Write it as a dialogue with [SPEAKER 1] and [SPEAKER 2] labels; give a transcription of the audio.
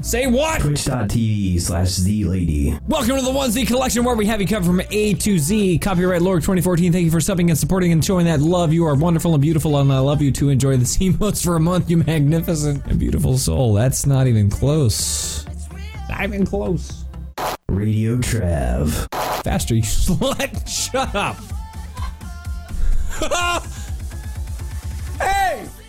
[SPEAKER 1] Say what?
[SPEAKER 2] Twitch.tv slash Z Lady.
[SPEAKER 1] Welcome to the 1Z Collection, where we have you covered from A to Z. Copyright Lord 2014. Thank you for subbing and supporting and showing that love. You are wonderful and beautiful, and I love you to enjoy the emotes for a month, you magnificent and beautiful soul. That's not even close. Not even close.
[SPEAKER 2] Radio Trav.
[SPEAKER 1] Faster, you slut. Oh, Shut up. hey!